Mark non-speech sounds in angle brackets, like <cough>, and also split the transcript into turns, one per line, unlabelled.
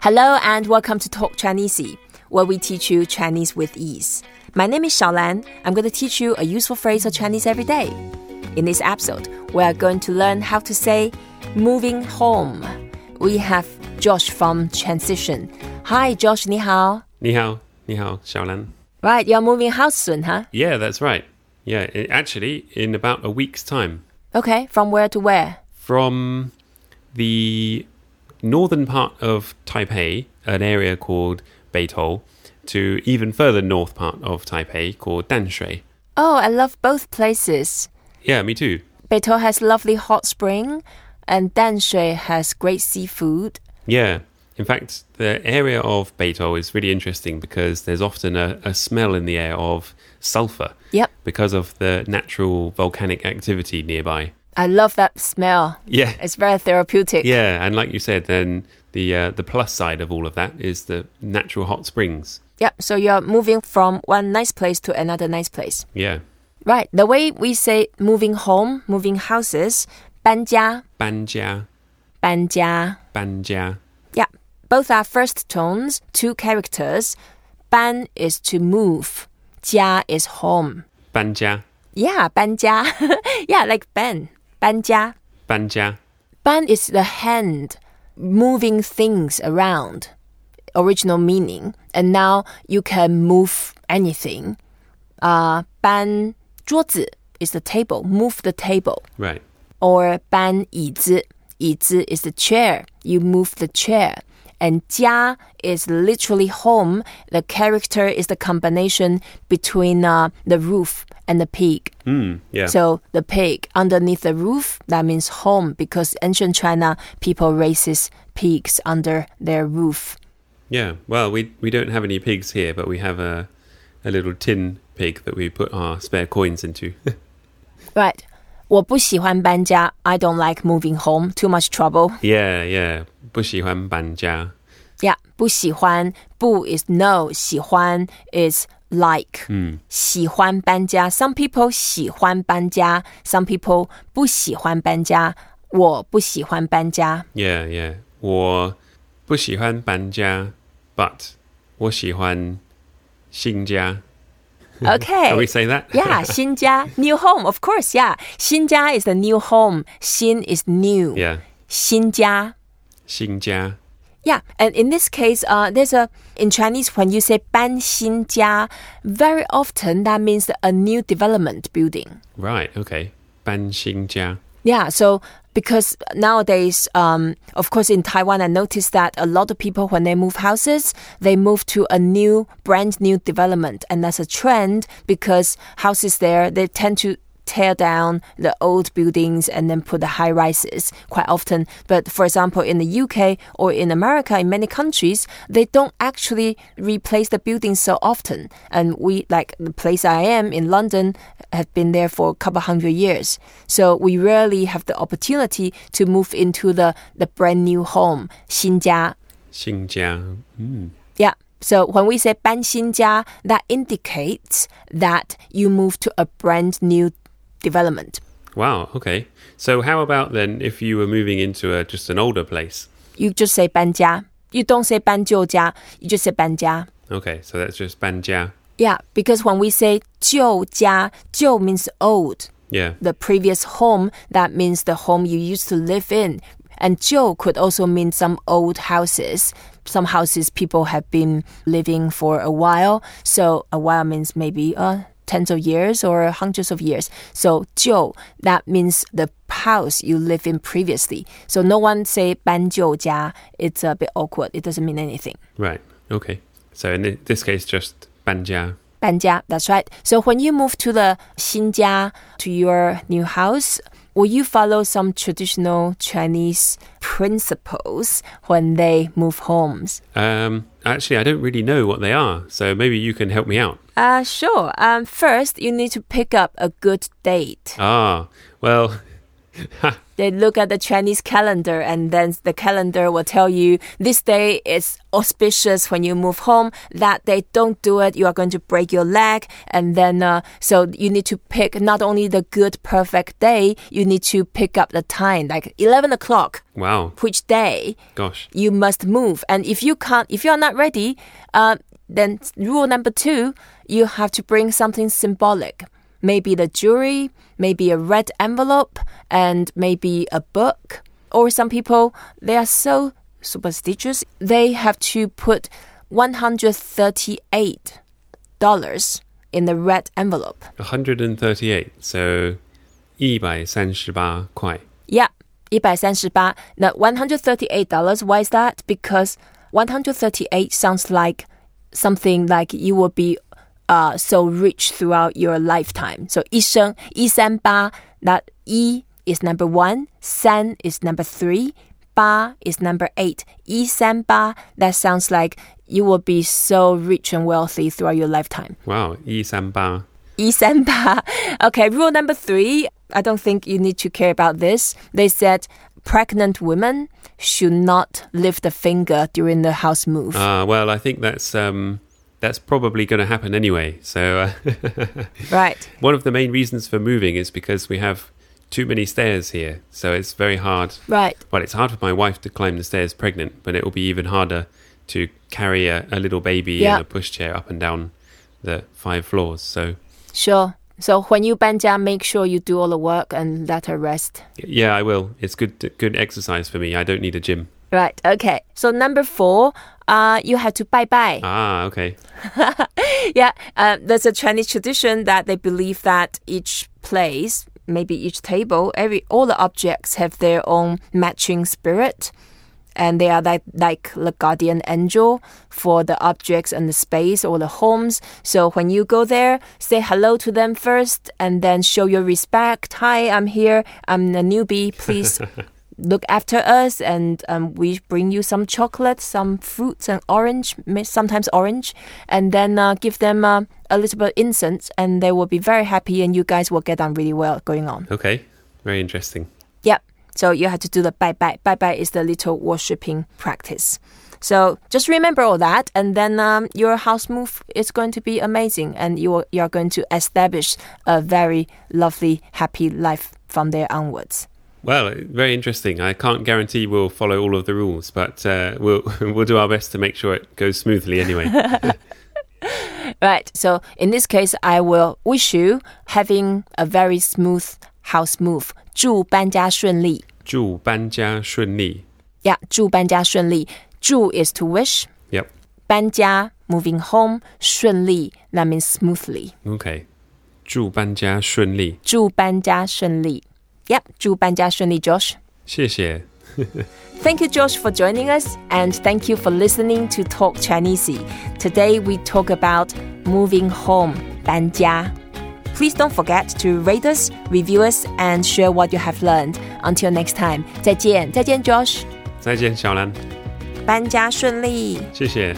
Hello and welcome to Talk Chinesey, where we teach you Chinese with ease. My name is Xiaolan. I'm going to teach you a useful phrase of Chinese every day. In this episode, we are going to learn how to say moving home. We have Josh from Transition. Hi, Josh, 你好.
你好，你好，小兰。
Right, you're moving house soon, huh?
Yeah, that's right. Yeah, i actually, in about a week's time,
Okay, from where to where?
from the northern part of Taipei, an area called Beitou, to even further north part of Taipei called Danshui.
Oh, I love both places.
Yeah, me too.
Beitou has lovely hot spring, and Danshui has great seafood.
Yeah. In fact, the area of Beitou is really interesting because there's often a, a smell in the air of sulfur
Yep,
because of the natural volcanic activity nearby.
I love that smell.
Yeah.
It's very therapeutic.
Yeah, and like you said, then the uh, the plus side of all of that is the natural hot springs.
Yep, so you're moving from one nice place to another nice place.
Yeah,
Right, the way we say moving home, moving houses, 搬家,
搬家,
搬家.
搬家.
Yeah, both are first tones, two characters. 搬 is to move, 家 is home.
搬家,
Yeah, 搬家. <laughs> yeah, like Ben, 搬家.
搬家.
Ban is the hand moving things around, original meaning. And now you can move anything. Uh, 搬桌子 is the table, move the table.
Right.
Or 搬椅子,椅子 is the chair, you move the chair. And 家 is literally home. The character is the combination between uh, the roof and the pig.
Mm, yeah.
So the pig underneath the roof, that means home because ancient China people raises pigs under their roof.
yeah. Well, we we don't have any pigs here, but we have a a little tin pig that we put our spare coins into. <laughs>
Right. 我不喜欢搬家. I don't like moving home. Too much trouble.
yeah, yeah. 不喜欢搬家.
Yeah. 不喜欢.不 is no. 喜欢 is like.
Hmm.
喜欢搬家. Some people 喜欢搬家. Some people 不喜欢搬家.
<laughs>
我不喜欢搬家.
Yeah, yeah. 我不喜欢搬家, but 我喜欢新家.
Okay.
Can we say that? <laughs>
Yeah, 新家, new home, of course. Yeah, 新家 is the new home. 新 is new.
yeah.
新家.
新家.
Yeah, and in this case, uh, there's a in Chinese when you say 搬新家, very often that means a new development building.
Right, okay. 搬新家.
Yeah, so because nowadays, um, of course, in Taiwan, I noticed that a lot of people when they move houses, they move to a new, brand new development, and that's a trend because houses there they tend to tear down the old buildings and then put the high rises quite often. But for example, in the UK or in America, in many countries, they don't actually replace the buildings so often. And we, like the place I am in London, have been there for a couple hundred years. So we rarely have the opportunity to move into the, the brand new home, 新家.
新家. Mm.
Yeah. So when we say 搬新家, that indicates that you move to a brand new development.
Wow, okay. So how about then if you were moving into a just an older place?
you just say 搬家. You don't say 搬旧家, you just say 搬家.
Okay, so that's just 搬家.
Yeah, because when we say 旧家,旧 means old.
Yeah.
The previous home, that means the home you used to live in. And 旧 could also mean some old houses. Some houses people have been living for a while. So a while means maybe uh, tens of years or hundreds of years. So 旧, that means the house you live in previously. So no one say 搬旧家. It's a bit awkward. It doesn't mean anything.
Right. Okay. So in thi- this case just 搬家.
搬家. That's right. So when you move to the 新家 to your new house, will you follow some traditional Chinese principles when they move homes?
Um actually I don't really know what they are, so maybe you can help me out.
Uh, sure. Um, first, you need to pick up a good date.
Ah. Well,
they look at the Chinese calendar, and then the calendar will tell you this day is auspicious when you move home. That day, don't do it. You are going to break your leg. And then, uh, so you need to pick not only the good, perfect day, you need to pick up the time, like 11 o'clock,
<laughs> Wow.
which day
Gosh.
you must move. And if you can't, if you are not ready, uh, then rule number two, you have to bring something symbolic. Maybe the jewelry, maybe a red envelope, and maybe a book. Or some people, they are so superstitious, they have to put $138 in the red envelope.
138. So 138块.
Yeah, 138. Now, $138, why is that? Because 138 sounds like something like you will be uh, so rich throughout your lifetime. So, 一生,138, that 一 is number one, 三 is number three, 八 is number eight. 138, that sounds like you will be so rich and wealthy throughout your lifetime.
Wow. 138.
一三八. <laughs> Okay, rule number three. I don't think you need to care about this. They said pregnant women should not lift a finger during the house move.
Ah, well, I think that's um, that's probably going to happen anyway. So uh, <laughs>
right.
one of the main reasons for moving is because we have too many stairs here. So it's very hard.
Right.
Well, it's hard for my wife to climb the stairs pregnant, but it will be even harder to carry a, a little baby
Yeah.
in a pushchair up and down the five floors. So
Sure. So when you banja, make sure you do all the work and let her rest.
yeah, I will. It's good good exercise for me. I don't need a gym.
Right. Okay. So number four, uh, you have to bye bye.
Ah, okay.
Yeah, uh, there's a Chinese tradition that they believe that each place, maybe each table, every all the objects have their own matching spirit, and they are like like the guardian angel for the objects and the space or the homes. So when you go there, say hello to them first, and then show your respect. Hi, I'm here. I'm a newbie. Please. Look after us, and um, we bring you some chocolate, some fruits, and orange, may- sometimes orange, and then uh, give them uh, a little bit of incense, and they will be very happy, and you guys will get on really well going on.
Okay. Very interesting.
Yep. So you have to do the bye bye. Bye bye is the little worshipping practice. So just remember all that, and then um, your house move is going to be amazing, and you are- you are going to establish a very lovely, happy life from there onwards.
Well, uh, very interesting. I can't guarantee we'll follow all of the rules, but uh, we'll <laughs> we'll do our best to make sure it goes smoothly anyway.
Right. So in this case, I will wish you having a very smooth house move. 祝搬家顺利.
祝搬家顺利.
Yeah, 祝搬家顺利.祝 is to wish.
Yep.
搬家 moving home. 顺利 that means smoothly.
Okay. 祝搬家顺利.
祝搬家顺利. Yep, 祝搬家顺利, Josh.
谢谢.
Thank you, Josh, for joining us, and thank you for listening to Talk Chinese. Today we talk about moving home, 搬家. Please don't forget to rate us, review us, and share what you have learned. Until next time, 再见,再见 Josh,
再见，小兰。
搬家顺利.
谢谢。